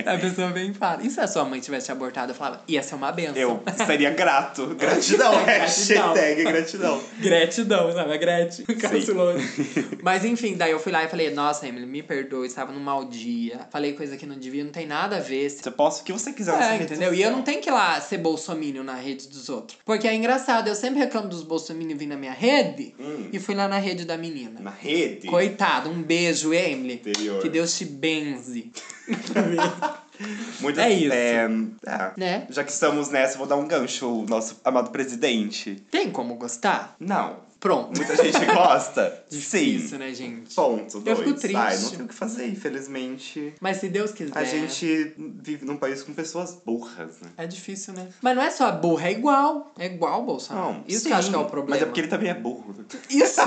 Speaker 2: A pessoa vem e fala, e se a sua mãe tivesse te abortado? Eu falava, ia ser uma benção.
Speaker 1: Eu
Speaker 2: (laughs)
Speaker 1: estaria grato. Gratidão.
Speaker 2: Gratidão.
Speaker 1: Hashtag gratidão.
Speaker 2: Gratidão, sabe? A Gretchen.
Speaker 1: (laughs)
Speaker 2: Cancelou. Mas enfim, daí eu fui lá e falei, nossa, Emily, me perdoe, estava num mau dia. Falei coisa que não devia, não tem nada a ver.
Speaker 1: Você posta o que você quiser nessa
Speaker 2: É,
Speaker 1: rede
Speaker 2: entendeu? E eu não tenho que ir lá ser bolsominion na rede dos outros. Porque é engraçado, eu sempre reclamo dos bolsominion vindo na minha rede
Speaker 1: Hum.
Speaker 2: e fui lá na rede da menina.
Speaker 1: Na rede.
Speaker 2: Coitado, um beijo, Emily.
Speaker 1: Interior.
Speaker 2: Que Deus te benze. (laughs)
Speaker 1: Muito,
Speaker 2: É isso.
Speaker 1: É, tá.
Speaker 2: Né?
Speaker 1: Já que estamos nessa, vou dar um gancho ao nosso amado presidente.
Speaker 2: Tem como gostar?
Speaker 1: Não.
Speaker 2: Pronto.
Speaker 1: Muita gente gosta.
Speaker 2: (laughs) Difícil,
Speaker 1: Sim.
Speaker 2: né, gente?
Speaker 1: Ponto.
Speaker 2: Eu
Speaker 1: Dois.
Speaker 2: fico triste. É.
Speaker 1: Ai, não tem o que fazer, infelizmente.
Speaker 2: Mas se Deus quiser.
Speaker 1: A gente vive num país com pessoas burras, né?
Speaker 2: É difícil, né? Mas não é só burra, é igual. É igual o Bolsonaro.
Speaker 1: Não,
Speaker 2: isso
Speaker 1: sim,
Speaker 2: que eu acho que é o problema.
Speaker 1: Mas é porque ele também é burro.
Speaker 2: (laughs) Isso!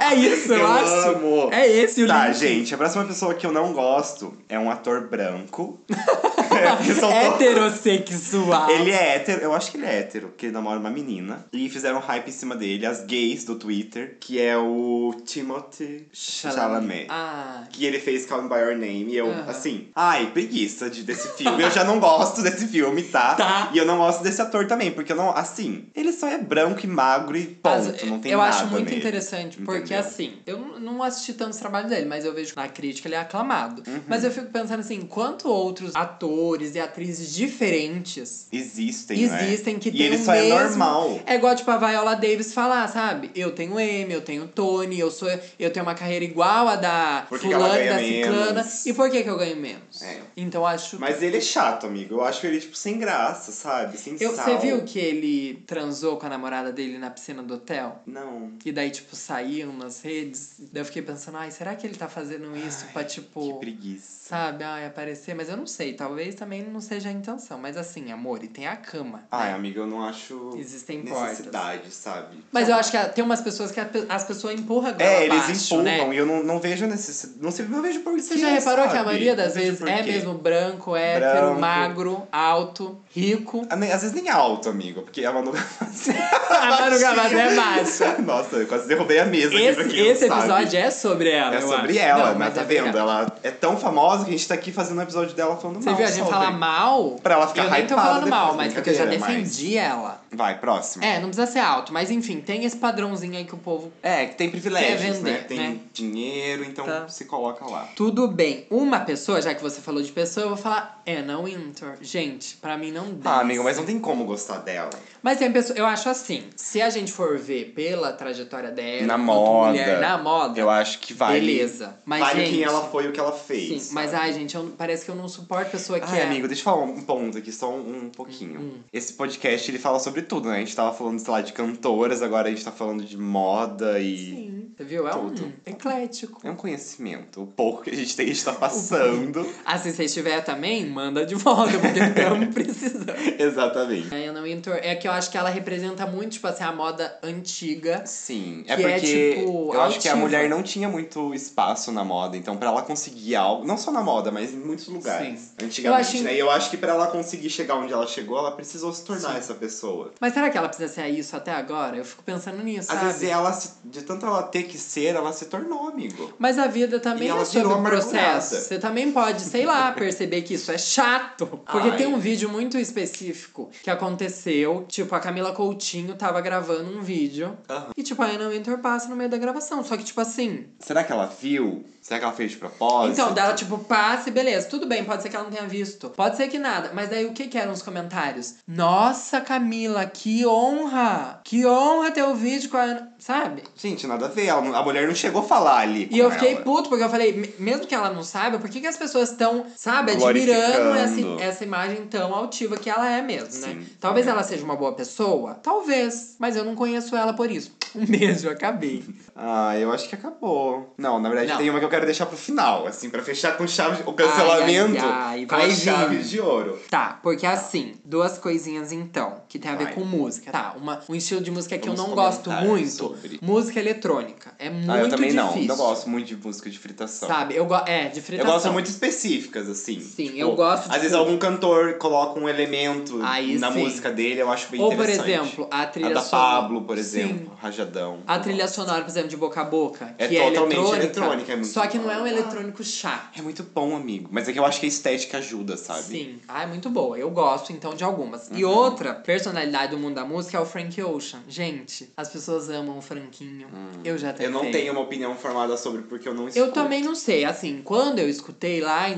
Speaker 2: é isso, eu,
Speaker 1: Eu
Speaker 2: acho.
Speaker 1: amo.
Speaker 2: É esse o
Speaker 1: Tá,
Speaker 2: link.
Speaker 1: gente, a próxima pessoa que eu não gosto é um ator
Speaker 2: (laughs)
Speaker 1: branco. (laughs) É, porque são todos-
Speaker 2: Heterossexual.
Speaker 1: Ele é hétero, eu acho que ele é hétero, porque ele namora uma menina. E fizeram hype em cima dele, as gays do Twitter, que é o Timothy Chalamet.
Speaker 2: Ah.
Speaker 1: Que ele fez Call Me By Your Name. E eu,
Speaker 2: Aham.
Speaker 1: assim, ai, preguiça de, desse filme. Eu já não gosto desse filme, tá?
Speaker 2: (laughs) Tá.
Speaker 1: E eu não gosto desse ator também, porque eu não. Assim, ele só é branco e magro e ponto.
Speaker 2: Mas
Speaker 1: não tem
Speaker 2: eu
Speaker 1: nada.
Speaker 2: acho muito
Speaker 1: nele.
Speaker 2: interessante, porque
Speaker 1: Entendeu?
Speaker 2: assim, eu n- não assisti tantos trabalhos dele, mas eu vejo que na crítica ele é aclamado.
Speaker 1: Uhum.
Speaker 2: Mas eu fico pensando assim, quanto outros atores e atrizes diferentes
Speaker 1: Existem, né?
Speaker 2: existem que
Speaker 1: E
Speaker 2: tem
Speaker 1: ele
Speaker 2: o
Speaker 1: só
Speaker 2: mesmo...
Speaker 1: é normal.
Speaker 2: É igual, tipo, a Viola Davis falar, sabe? Eu tenho M, eu tenho Tony, eu sou eu tenho uma carreira igual a da
Speaker 1: Por que que ela
Speaker 2: fulana, e
Speaker 1: ganha
Speaker 2: da ciclana.
Speaker 1: menos?
Speaker 2: E por que que eu ganho menos?
Speaker 1: É.
Speaker 2: Então eu acho...
Speaker 1: Mas ele é chato, amigo. Eu acho ele, tipo, sem graça, sabe? Sem
Speaker 2: Eu,
Speaker 1: sal.
Speaker 2: você viu que ele transou com a namorada dele na piscina do hotel?
Speaker 1: Não.
Speaker 2: E daí, tipo, saíam nas redes. Daí eu fiquei pensando, ai, será que ele tá fazendo isso pra, tipo,
Speaker 1: Que preguiça.
Speaker 2: sabe, ai, aparecer? Mas eu não sei, talvez também não seja a intenção. Mas assim, amor, e tem a cama.
Speaker 1: Ai,
Speaker 2: né?
Speaker 1: amiga, eu não acho
Speaker 2: Existem portas.
Speaker 1: necessidade, sabe?
Speaker 2: Mas eu acho que tem umas pessoas que a pe- as pessoas empurram a goela
Speaker 1: É, eles
Speaker 2: abaixo,
Speaker 1: empurram
Speaker 2: né?
Speaker 1: e eu não, não vejo necessidade. Não sei, não vejo por
Speaker 2: Você já reparou que a maioria das
Speaker 1: Não vejo
Speaker 2: vezes
Speaker 1: por
Speaker 2: é
Speaker 1: quê.
Speaker 2: mesmo branco, hétero,
Speaker 1: Branco.
Speaker 2: magro, alto, rico.
Speaker 1: (laughs) Ah, nem- Às vezes nem alto, amigo, porque a Manu Gavassi.
Speaker 2: A Manu Gavassi é baixa.
Speaker 1: (laughs) Nossa, eu quase derrubei a mesa aqui pra
Speaker 2: Esse,
Speaker 1: quem não
Speaker 2: esse
Speaker 1: sabe.
Speaker 2: episódio é sobre ela,
Speaker 1: É
Speaker 2: eu
Speaker 1: sobre
Speaker 2: acho.
Speaker 1: ela,
Speaker 2: Não,
Speaker 1: mas tá
Speaker 2: é
Speaker 1: vendo?
Speaker 2: legal.
Speaker 1: Ela é tão famosa que a gente tá aqui fazendo um episódio dela falando
Speaker 2: Você
Speaker 1: mal.
Speaker 2: viu a gente
Speaker 1: sobre.
Speaker 2: falar mal?
Speaker 1: Pra ela ficar
Speaker 2: Eu nem tô
Speaker 1: hypada
Speaker 2: falando mal,
Speaker 1: depois,
Speaker 2: mas porque eu já
Speaker 1: brincadeira, mas-
Speaker 2: defendi ela.
Speaker 1: Vai, próximo.
Speaker 2: É, não precisa ser alto, mas enfim, tem esse padrãozinho aí que o povo.
Speaker 1: É, que tem privilégios,
Speaker 2: Quer vender,
Speaker 1: né? Tem
Speaker 2: né?
Speaker 1: dinheiro, então
Speaker 2: Tá.
Speaker 1: se coloca lá.
Speaker 2: Tudo bem, uma pessoa, já que você falou de pessoa, eu vou falar Anna Winter. Gente, pra mim não dá.
Speaker 1: Ah, amigo, mas não tem como gostar dela.
Speaker 2: Mas tem pessoa, eu acho assim, se a gente for ver pela trajetória dela,
Speaker 1: na
Speaker 2: enquanto
Speaker 1: moda.
Speaker 2: mulher na moda,
Speaker 1: Eu acho que vale.
Speaker 2: beleza. Mas
Speaker 1: vale
Speaker 2: gente,
Speaker 1: quem ela foi e o que ela fez.
Speaker 2: Sim, mas
Speaker 1: sabe?
Speaker 2: ai, gente, eu- parece que eu não suporto pessoa que
Speaker 1: Ai,
Speaker 2: é Hum,
Speaker 1: amigo, deixa eu falar um ponto aqui, só um, um pouquinho. Esse podcast, ele fala sobre tudo, né? A gente tava falando, sei lá, de cantoras, agora a gente tá falando de moda e
Speaker 2: Sim. Você viu? É um
Speaker 1: Tudo.
Speaker 2: eclético.
Speaker 1: É um conhecimento. O pouco que a gente tem, a gente
Speaker 2: (laughs)
Speaker 1: tá passando.
Speaker 2: Ah, se vocês tiver também, manda de volta, porque estamos (laughs) precisando.
Speaker 1: (laughs) Exatamente.
Speaker 2: É, eu não entro... é que eu acho que ela representa muito, tipo assim, a moda antiga.
Speaker 1: Sim, é
Speaker 2: Que é,
Speaker 1: porque
Speaker 2: tipo,
Speaker 1: eu acho que a
Speaker 2: altiva.
Speaker 1: mulher não tinha muito espaço na moda, então pra ela conseguir algo, não só na moda, mas em muitos lugares.
Speaker 2: Sim.
Speaker 1: Antigamente,
Speaker 2: Eu acho-
Speaker 1: né? E eu acho que pra ela conseguir chegar onde ela chegou, ela precisou se tornar essa pessoa.
Speaker 2: Mas será que ela precisa ser isso até agora? Eu fico pensando nisso,
Speaker 1: Às
Speaker 2: sabe?
Speaker 1: vezes ela se- de tanto ela ter que ser, ela se tornou amigo.
Speaker 2: Mas a vida também
Speaker 1: E ela
Speaker 2: é sobre
Speaker 1: virou
Speaker 2: um processo.
Speaker 1: amargurada.
Speaker 2: Você também pode, sei (laughs) lá, perceber que isso é chato. Porque
Speaker 1: Ai.
Speaker 2: tem um vídeo muito específico que aconteceu. Tipo, a Camila Coutinho tava gravando um vídeo.
Speaker 1: Aham.
Speaker 2: E, tipo, a Ana Winter passa no meio da gravação. Só que, tipo assim...
Speaker 1: Será que ela viu? Será que ela fez de propósito?
Speaker 2: Então, dela, tipo, passa e beleza. Tudo bem, pode ser que ela não tenha visto. Pode ser que nada. Mas daí, o que que eram os comentários? Nossa, Camila, que honra! Que honra ter o vídeo com a Ana... Sabe?
Speaker 1: Gente, nada a ver. Ela não- a mulher não chegou a falar ali. com
Speaker 2: E eu fiquei
Speaker 1: ela.
Speaker 2: puto, porque eu falei, me- mesmo que ela não saiba, por que, que as pessoas estão, sabe, admirando
Speaker 1: Glorificando.
Speaker 2: essa, essa imagem tão altiva que ela é mesmo, né?
Speaker 1: Sim.
Speaker 2: Talvez ela seja uma boa pessoa, talvez, mas eu não conheço ela por isso. Um beijo, acabei.
Speaker 1: Ah, eu acho que acabou. Não, na verdade
Speaker 2: Não.
Speaker 1: tem uma que eu quero deixar pro final, assim, pra fechar com chave. O cancelamento
Speaker 2: ai, ai,
Speaker 1: com
Speaker 2: vai
Speaker 1: as chaves
Speaker 2: vir.
Speaker 1: de ouro.
Speaker 2: Tá, porque assim, duas coisinhas então, que tem a ver
Speaker 1: Vai.
Speaker 2: com música. Tá, uma, um estilo de música que
Speaker 1: Vamos
Speaker 2: eu não gosto
Speaker 1: comentar
Speaker 2: muito,
Speaker 1: sobre.
Speaker 2: música eletrônica. É muito
Speaker 1: ah, eu também
Speaker 2: difícil.
Speaker 1: não. Não gosto muito de música de fritação.
Speaker 2: Sabe, eu gosto, é, de
Speaker 1: Eu
Speaker 2: fritação.
Speaker 1: gosto muito específicas, assim.
Speaker 2: Sim, eu gosto,
Speaker 1: Às
Speaker 2: tipo-
Speaker 1: vezes algum cantor coloca um elemento
Speaker 2: Aí
Speaker 1: na
Speaker 2: sim.
Speaker 1: música dele, eu acho bem
Speaker 2: Ou, por
Speaker 1: interessante.
Speaker 2: exemplo,
Speaker 1: a
Speaker 2: a trilha
Speaker 1: da
Speaker 2: sonora.
Speaker 1: Pablo, por
Speaker 2: Sim.
Speaker 1: exemplo, Rajadão.
Speaker 2: A trilha sonora, por exemplo, de boca a boca,
Speaker 1: É
Speaker 2: que é
Speaker 1: totalmente
Speaker 2: eletrônica,
Speaker 1: eletrônica, é muito
Speaker 2: só que não é um
Speaker 1: boa.
Speaker 2: eletrônico chato.
Speaker 1: É muito bom, amigo. Mas é que eu acho que a estética ajuda, sabe? Uhum.
Speaker 2: Sim. Ah, é muito boa. Eu gosto, então, de algumas. E outra personalidade do mundo da música é o Frank Ocean. Gente, as pessoas amam o Franquinho. Eu já tentei.
Speaker 1: Hum. Eu não tenho uma opinião formada sobre porque eu não escuto.
Speaker 2: Eu também não sei, assim, quando eu escutei lá em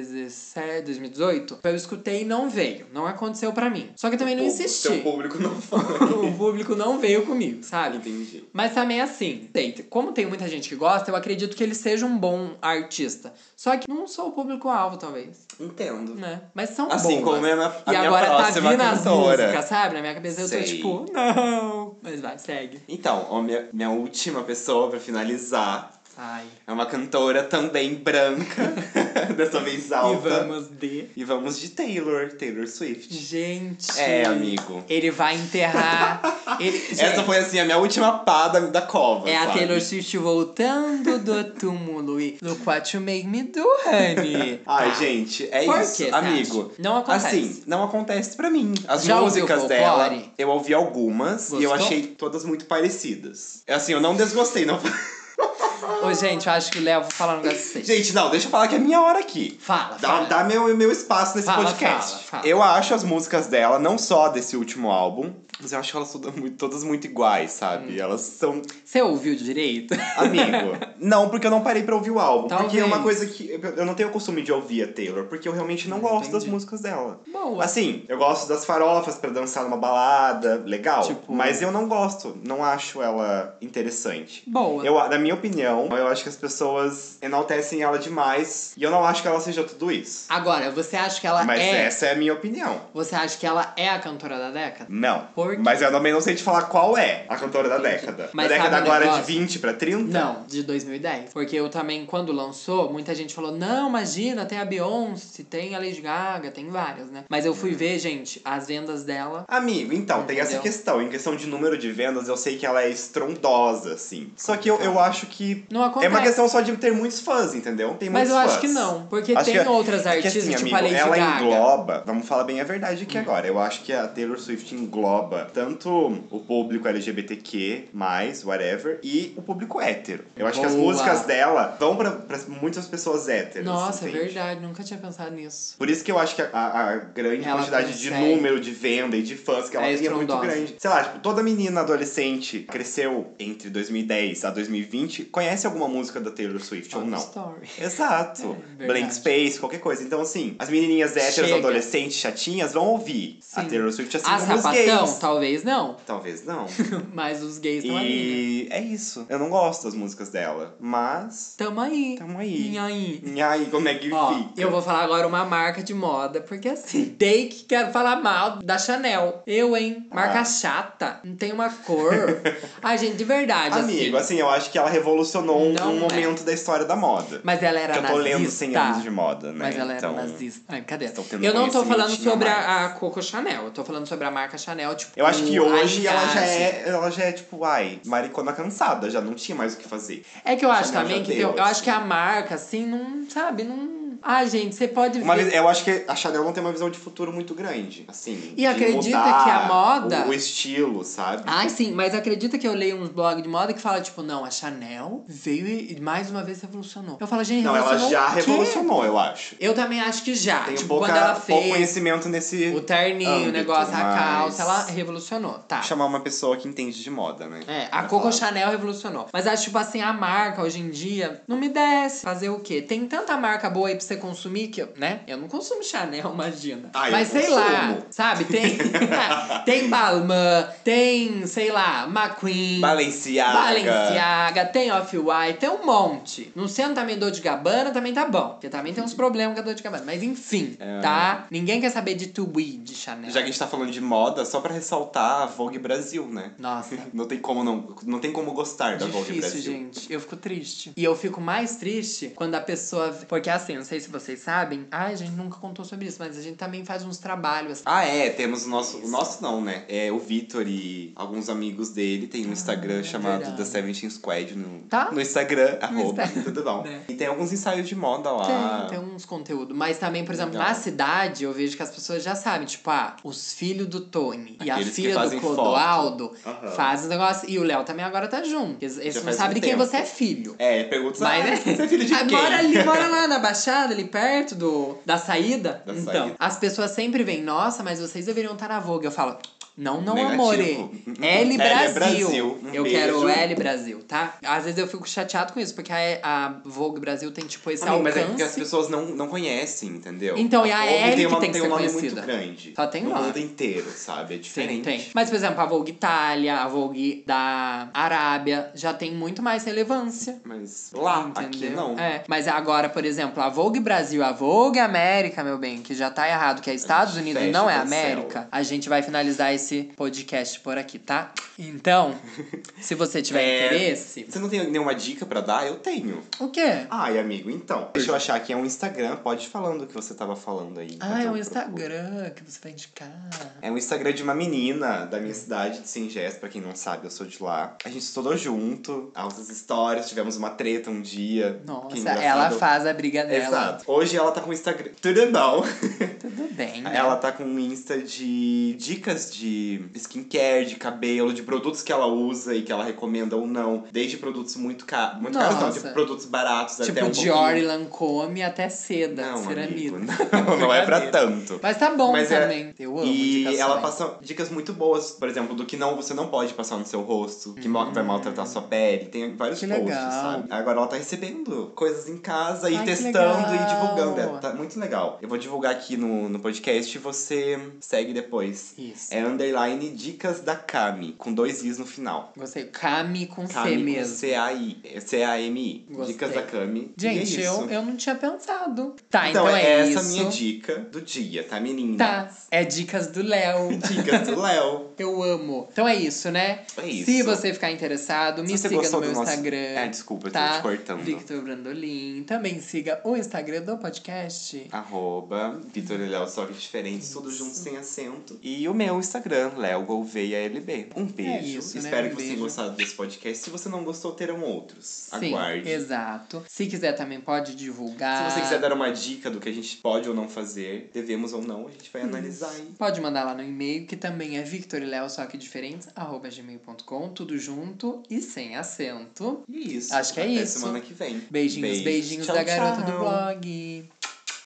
Speaker 2: 2017, 2018, eu escutei e não veio, não aconteceu pra mim. Só que eu também não
Speaker 1: O Seu
Speaker 2: insisti.
Speaker 1: público não foi.
Speaker 2: (laughs) O público não veio comigo,
Speaker 1: (laughs)
Speaker 2: sabe?
Speaker 1: Entendi.
Speaker 2: Mas também assim, sei, como tem muita gente que gosta, eu acredito que ele seja um bom artista. Só que não sou o público-alvo, talvez,
Speaker 1: Entendo.
Speaker 2: né? Mas são
Speaker 1: Assim
Speaker 2: boas.
Speaker 1: como é na- a
Speaker 2: e
Speaker 1: minha
Speaker 2: agora tá
Speaker 1: próxima
Speaker 2: vindo as
Speaker 1: cantora.
Speaker 2: músicas, sabe? Na minha cabeça eu
Speaker 1: Sei.
Speaker 2: tô tipo, não. Mas vai, segue.
Speaker 1: Então, a minha, minha última pessoa pra finalizar
Speaker 2: Ai.
Speaker 1: é uma cantora também branca, (laughs) dessa vez alta.
Speaker 2: E vamos de.
Speaker 1: E vamos de Taylor, Taylor Swift.
Speaker 2: Gente.
Speaker 1: É, amigo.
Speaker 2: Ele vai enterrar. ele- Gente,
Speaker 1: (laughs) Essa foi assim a minha última pá da, da cova.
Speaker 2: É a
Speaker 1: sabe?
Speaker 2: Taylor Swift voltando do túmulo e look what you make me do, honey.
Speaker 1: (laughs) Ai, gente, é
Speaker 2: Por
Speaker 1: isso,
Speaker 2: que, você
Speaker 1: amigo.
Speaker 2: acha? Não acontece.
Speaker 1: Assim, não acontece pra mim. As
Speaker 2: Já ouviu
Speaker 1: músicas dela,
Speaker 2: folclore?
Speaker 1: eu ouvi algumas e eu
Speaker 2: Gostou?
Speaker 1: achei todas muito parecidas. É Assim, eu não desgostei, não.
Speaker 2: Ô, gente, eu acho que o Léo vou falar um negócio pra
Speaker 1: (laughs)
Speaker 2: vocês.
Speaker 1: Assim. gente, não, deixa eu falar que é minha hora aqui.
Speaker 2: Fala,
Speaker 1: Dá,
Speaker 2: fala.
Speaker 1: dá meu, meu espaço nesse
Speaker 2: Fala,
Speaker 1: podcast.
Speaker 2: fala, fala.
Speaker 1: Eu acho as músicas dela, não só desse último álbum, mas eu acho elas todas muito, todas muito iguais,
Speaker 2: Hum.
Speaker 1: sabe? Elas são
Speaker 2: Você
Speaker 1: (laughs)
Speaker 2: ouviu direito?
Speaker 1: Amigo,
Speaker 2: (laughs)
Speaker 1: não, porque eu não parei pra ouvir o álbum. Porque é uma
Speaker 2: Talvez.
Speaker 1: coisa que eu eu não tenho o costume de ouvir a Taylor, porque eu realmente não
Speaker 2: Hum,
Speaker 1: gosto das
Speaker 2: entendi.
Speaker 1: músicas dela.
Speaker 2: Boa.
Speaker 1: Assim, eu gosto das farofas pra dançar numa balada, legal.
Speaker 2: Tipo-
Speaker 1: Mas eu não gosto, não acho ela interessante.
Speaker 2: Boa.
Speaker 1: Eu, na minha opinião, eu acho que as pessoas enaltecem ela demais e eu não acho que ela seja tudo isso.
Speaker 2: Agora, você acha que ela
Speaker 1: Mas
Speaker 2: é.
Speaker 1: essa é a minha opinião.
Speaker 2: Você acha que ela é a cantora da década?
Speaker 1: Não.
Speaker 2: Por quê?
Speaker 1: Mas eu também não sei te falar qual é a cantora da
Speaker 2: Entendi.
Speaker 1: década.
Speaker 2: Mas
Speaker 1: a década
Speaker 2: sabe um
Speaker 1: agora é de
Speaker 2: negócio?
Speaker 1: 20 pra 30?
Speaker 2: Não, de 2010. Porque eu também, quando lançou, muita gente falou: não, imagina, tem a Beyoncé, tem a Lady Gaga, tem várias, né? Mas eu fui
Speaker 1: Uhum.
Speaker 2: ver, gente, as vendas dela.
Speaker 1: Amigo, então, tem essa
Speaker 2: Entendeu?
Speaker 1: questão. Em questão de número de vendas, eu sei que ela é estrondosa, assim. Só que eu, eu acho que.
Speaker 2: Não
Speaker 1: É
Speaker 2: acontece.
Speaker 1: uma questão só de ter muitos fãs, entendeu? Tem
Speaker 2: Mas
Speaker 1: muitos
Speaker 2: eu
Speaker 1: fãs.
Speaker 2: acho que não. Porque
Speaker 1: Acho
Speaker 2: tem
Speaker 1: que-
Speaker 2: outras
Speaker 1: É que,
Speaker 2: artistas,
Speaker 1: assim, amigo,
Speaker 2: tipo a Lady
Speaker 1: ela
Speaker 2: Gaga. Hum.
Speaker 1: engloba, vamos falar bem a verdade aqui agora. Eu acho que a Taylor Swift engloba tanto o público LGBTQ, whatever, e o público hétero. Eu acho que as
Speaker 2: Boa.
Speaker 1: músicas dela vão pra, pra muitas pessoas héteras.
Speaker 2: Nossa, é
Speaker 1: assim, entende?
Speaker 2: verdade, nunca tinha pensado nisso.
Speaker 1: Por isso que eu acho que a, a- a grande
Speaker 2: Ela
Speaker 1: quantidade de
Speaker 2: consegue.
Speaker 1: número de venda e de fãs que ela
Speaker 2: É
Speaker 1: tem é muito
Speaker 2: estrondosa.
Speaker 1: grande. Sei lá, tipo, toda menina adolescente cresceu entre 2010 a 2020 conhece alguma música da Taylor Swift ou
Speaker 2: Fun
Speaker 1: não.
Speaker 2: Story.
Speaker 1: Exato.
Speaker 2: É,
Speaker 1: Blank
Speaker 2: verdade.
Speaker 1: Space, qualquer coisa. Então, assim, as menininhas héteras,
Speaker 2: Chega.
Speaker 1: adolescentes, chatinhas, vão ouvir a
Speaker 2: Sim.
Speaker 1: Taylor Swift assim
Speaker 2: A
Speaker 1: como os
Speaker 2: Ah, sapatão
Speaker 1: gays.
Speaker 2: talvez não. (laughs)
Speaker 1: Talvez não.
Speaker 2: Mas os gays estão ali, né?
Speaker 1: E é isso. Eu não gosto das músicas dela, mas
Speaker 2: Tamo aí.
Speaker 1: tamo
Speaker 2: E
Speaker 1: aí.
Speaker 2: aí?
Speaker 1: E aí, como é que
Speaker 2: Ó,
Speaker 1: fica?
Speaker 2: eu vou falar agora uma marca de moda, porque assim, (laughs) dei que quero falar mal da Chanel. Eu, hein? Marca
Speaker 1: Ah.
Speaker 2: chata, não tem uma
Speaker 1: (laughs)
Speaker 2: cor. Ai, gente, de verdade,
Speaker 1: Amigo,
Speaker 2: assim.
Speaker 1: assim, eu acho que ela revolucionou um-
Speaker 2: Não
Speaker 1: um
Speaker 2: é.
Speaker 1: momento da história da moda.
Speaker 2: Mas ela era
Speaker 1: que eu tô
Speaker 2: nazista.
Speaker 1: lendo 100 anos de moda, né?
Speaker 2: Mas ela era
Speaker 1: então,
Speaker 2: nazista. Ai, cadê?
Speaker 1: estão tendo
Speaker 2: Eu não tô falando
Speaker 1: conhecimentinho a
Speaker 2: sobre a,
Speaker 1: mais.
Speaker 2: a Coco Chanel. Eu tô falando sobre a marca Chanel, tipo.
Speaker 1: Eu acho que hoje
Speaker 2: a
Speaker 1: ela já,
Speaker 2: linhagem.
Speaker 1: é, ela já é, tipo, ai, maricona cansada, já não tinha mais o que fazer.
Speaker 2: É que eu acho
Speaker 1: Chanel
Speaker 2: também
Speaker 1: já
Speaker 2: que.
Speaker 1: deu,
Speaker 2: eu, eu acho
Speaker 1: assim.
Speaker 2: que a marca, assim, não. Sabe? Não. Ah, gente, você pode
Speaker 1: Uma
Speaker 2: ver.
Speaker 1: vez, eu acho que a Chanel não tem uma visão de futuro muito grande, assim.
Speaker 2: E
Speaker 1: de
Speaker 2: acredita
Speaker 1: mudar
Speaker 2: que a moda- Ah,
Speaker 1: O, o estilo, sabe?
Speaker 2: Ai, sim, mas acredita que eu leio uns blogs de moda que fala, tipo, não, a Chanel veio e mais uma vez revolucionou. Eu falo, gente,
Speaker 1: não, ela já
Speaker 2: o quê?
Speaker 1: revolucionou, eu acho.
Speaker 2: Eu também acho que já.
Speaker 1: Tenho
Speaker 2: tipo,
Speaker 1: pouca,
Speaker 2: quando ela
Speaker 1: pouco
Speaker 2: fez
Speaker 1: conhecimento nesse...
Speaker 2: o terninho, o
Speaker 1: âmbito,
Speaker 2: negócio, a
Speaker 1: mas-
Speaker 2: calça, ela revolucionou. Tá.
Speaker 1: Chamar uma pessoa que entende de moda, né?
Speaker 2: É, a
Speaker 1: Pra
Speaker 2: Coco
Speaker 1: falar.
Speaker 2: Chanel revolucionou. Mas acho, tipo assim, a marca hoje em dia não me desce. Fazer o quê? Tem tanta marca boa aí pra você consumir que, eu- né? Eu não consumo Chanel, (laughs) imagina.
Speaker 1: Ah, eu
Speaker 2: Mas sei
Speaker 1: consumo.
Speaker 2: lá, sabe? Tem, (laughs) tem Balmain, tem, sei lá, McQueen.
Speaker 1: Balenciaga.
Speaker 2: Balenciaga, tem Off-White, tem um monte. Não sendo também dor de gabana, também tá bom. Porque também tem uns problemas com a dor de gabana. Mas enfim,
Speaker 1: É.
Speaker 2: tá? Ninguém quer saber de Tui de Chanel.
Speaker 1: Já que a gente tá falando de moda, só pra ressaltar a Vogue Brasil, né?
Speaker 2: Nossa,
Speaker 1: (laughs) Não tem como não, não tem como gostar da Vogue
Speaker 2: Difícil,
Speaker 1: Brasil.
Speaker 2: gente. Eu fico triste. E eu fico mais triste quando a pessoa. Porque assim, não sei se vocês sabem. Ai, a gente nunca contou sobre isso, mas a gente também faz uns trabalhos. assim.
Speaker 1: Ah, é, temos o nosso. O nosso não, né? É o Vitor e alguns amigos dele tem um Instagram chamado
Speaker 2: Ah, é verdade.
Speaker 1: The Seventeen Squad no,
Speaker 2: Tá?
Speaker 1: no Instagram, arroba,
Speaker 2: Instagram,
Speaker 1: (laughs) tudo bom.
Speaker 2: né?
Speaker 1: E tem alguns ensaios de moda lá.
Speaker 2: Tem, um- tem uns conteúdos. Mas também, por exemplo,
Speaker 1: Ah. Legal.
Speaker 2: na cidade, eu vejo que as pessoas já sabem. Tipo, ah, os filhos do Tony e a
Speaker 1: Aqueles que
Speaker 2: filha do
Speaker 1: fazem foto.
Speaker 2: Clodoaldo
Speaker 1: Aham.
Speaker 2: fazem o negócio. E o Léo também agora tá junto. Eles, eles
Speaker 1: Já
Speaker 2: não
Speaker 1: faz
Speaker 2: sabem
Speaker 1: um
Speaker 2: de quem
Speaker 1: tempo.
Speaker 2: você é filho.
Speaker 1: É, pergunta
Speaker 2: Mas,
Speaker 1: mas,
Speaker 2: né?
Speaker 1: ah, (laughs) você é filho de
Speaker 2: Ah,
Speaker 1: quem? (laughs)
Speaker 2: Mora ali, mora lá na Baixada, ali perto do, da saída.
Speaker 1: Da
Speaker 2: então,
Speaker 1: saída.
Speaker 2: as pessoas sempre vêm, nossa, mas vocês deveriam estar na Vogue. Eu falo, não, não,
Speaker 1: Negativo.
Speaker 2: amore.
Speaker 1: (laughs)
Speaker 2: L
Speaker 1: L
Speaker 2: Brasil.
Speaker 1: Brasil. Um
Speaker 2: eu
Speaker 1: beijo.
Speaker 2: quero L Brasil, tá? Às vezes eu fico chateado com isso, porque a, a Vogue Brasil tem, tipo, esse
Speaker 1: Amigo, mas é porque as
Speaker 2: alcance.
Speaker 1: pessoas não, não conhecem, entendeu?
Speaker 2: Então, e a
Speaker 1: Vogue
Speaker 2: L que
Speaker 1: tem, uma,
Speaker 2: tem que
Speaker 1: um
Speaker 2: ser
Speaker 1: nome
Speaker 2: conhecida.
Speaker 1: muito grande.
Speaker 2: Só tem
Speaker 1: no
Speaker 2: nome.
Speaker 1: mundo inteiro, sabe? É
Speaker 2: Sim,
Speaker 1: diferente.
Speaker 2: tem. Mas, por exemplo, a Vogue Itália, a Vogue da Arábia, já tem muito mais relevância.
Speaker 1: Mas lá, aqui
Speaker 2: Entendeu?
Speaker 1: não.
Speaker 2: É, mas agora, por exemplo, a Vogue Brasil, a Vogue América, meu bem, que já tá errado, que é Estados Unidos e
Speaker 1: fecha,
Speaker 2: não é
Speaker 1: cancela.
Speaker 2: América, a gente vai finalizar esse podcast por aqui, tá? Então, se você
Speaker 1: (laughs)
Speaker 2: tiver
Speaker 1: É.
Speaker 2: interesse.
Speaker 1: Você não tem nenhuma dica pra dar? Eu tenho.
Speaker 2: O quê?
Speaker 1: Ai, amigo, então. Deixa eu achar que é um Instagram. Pode ir falando o que você tava falando aí. enquanto
Speaker 2: Ah, é
Speaker 1: eu
Speaker 2: um
Speaker 1: procuro.
Speaker 2: Instagram que você vai indicar.
Speaker 1: É um Instagram de uma menina da minha cidade, de Singés, pra quem não sabe, eu sou de lá. A gente estudou junto, altas histórias, tivemos uma treta um dia. Que
Speaker 2: Nossa,
Speaker 1: engraçado.
Speaker 2: ela faz a briga dela.
Speaker 1: Exato. Hoje ela tá com o Instagram. Tudo não.
Speaker 2: Tudo bem. né?
Speaker 1: Ela tá com um Insta de dicas de skincare, de cabelo, de produtos que ela usa e que ela recomenda ou não. Desde produtos muito caros. Muito caros não,
Speaker 2: Nossa.
Speaker 1: de produtos baratos
Speaker 2: Tipo,
Speaker 1: até um
Speaker 2: Dior e
Speaker 1: pouquinho.
Speaker 2: Lancôme até seda,
Speaker 1: Não,
Speaker 2: ceramida.
Speaker 1: amigo, (laughs) não, não é pra
Speaker 2: Brincadeira.
Speaker 1: tanto.
Speaker 2: Mas tá bom
Speaker 1: Mas é-
Speaker 2: também. Eu amo
Speaker 1: E
Speaker 2: indicações.
Speaker 1: ela passa dicas muito boas, por exemplo, do que não você não pode passar no seu rosto, que mo- vai maltratar sua pele. Tem vários
Speaker 2: Hum. Que
Speaker 1: posts,
Speaker 2: legal.
Speaker 1: sabe? Agora ela tá recebendo coisas em casa e
Speaker 2: Ai, que
Speaker 1: testando e
Speaker 2: legal.
Speaker 1: divulgando. É, tá muito legal. Eu vou divulgar aqui no, no podcast e você segue depois.
Speaker 2: Isso.
Speaker 1: É underline dicas da Cami, com dois Is no final.
Speaker 2: Gostei. Cami com C
Speaker 1: Cami com
Speaker 2: mesmo.
Speaker 1: C-A-I. é C-A-M-I.
Speaker 2: Gostei.
Speaker 1: Dicas da Cami. E
Speaker 2: Gente,
Speaker 1: é isso.
Speaker 2: eu, eu não tinha pensado. Tá, então,
Speaker 1: Então, é,
Speaker 2: é,
Speaker 1: essa
Speaker 2: isso.
Speaker 1: minha dica do dia, tá, menina?
Speaker 2: Tá, é dicas do Léo.
Speaker 1: Dicas do Léo.
Speaker 2: Eu amo. Então é isso, né?
Speaker 1: É isso.
Speaker 2: Se você ficar interessado, me
Speaker 1: Se você
Speaker 2: siga no
Speaker 1: gostou
Speaker 2: meu
Speaker 1: do nosso-
Speaker 2: Instagram.
Speaker 1: É, desculpa, eu tô
Speaker 2: tá?
Speaker 1: te cortando.
Speaker 2: Victor Brandolin. Também siga o Instagram do podcast.
Speaker 1: Arroba Vitor e Léo Sobe Diferentes, tudo junto sem acento. E o meu Instagram, Léo Gouveia LB. Um beijo.
Speaker 2: isso, né?
Speaker 1: Espero
Speaker 2: Um
Speaker 1: que vocês
Speaker 2: beijo.
Speaker 1: tenham gostado desse podcast. Se você não gostou, terão outros.
Speaker 2: Sim,
Speaker 1: Aguarde.
Speaker 2: exato. Se quiser também pode divulgar.
Speaker 1: Se você quiser dar uma dica do que a gente pode ou não fazer, devemos ou não, a gente vai analisar aí.
Speaker 2: Pode mandar lá no e-mail, que também é Victor e Léo, só que diferentes, arroba gmail.com, tudo junto e sem acento.
Speaker 1: E é isso.
Speaker 2: Acho que é
Speaker 1: Até
Speaker 2: isso.
Speaker 1: semana que vem.
Speaker 2: Beijinhos,
Speaker 1: Beijo.
Speaker 2: beijinhos
Speaker 1: Tchau,
Speaker 2: da garota
Speaker 1: tchau.
Speaker 2: do blog.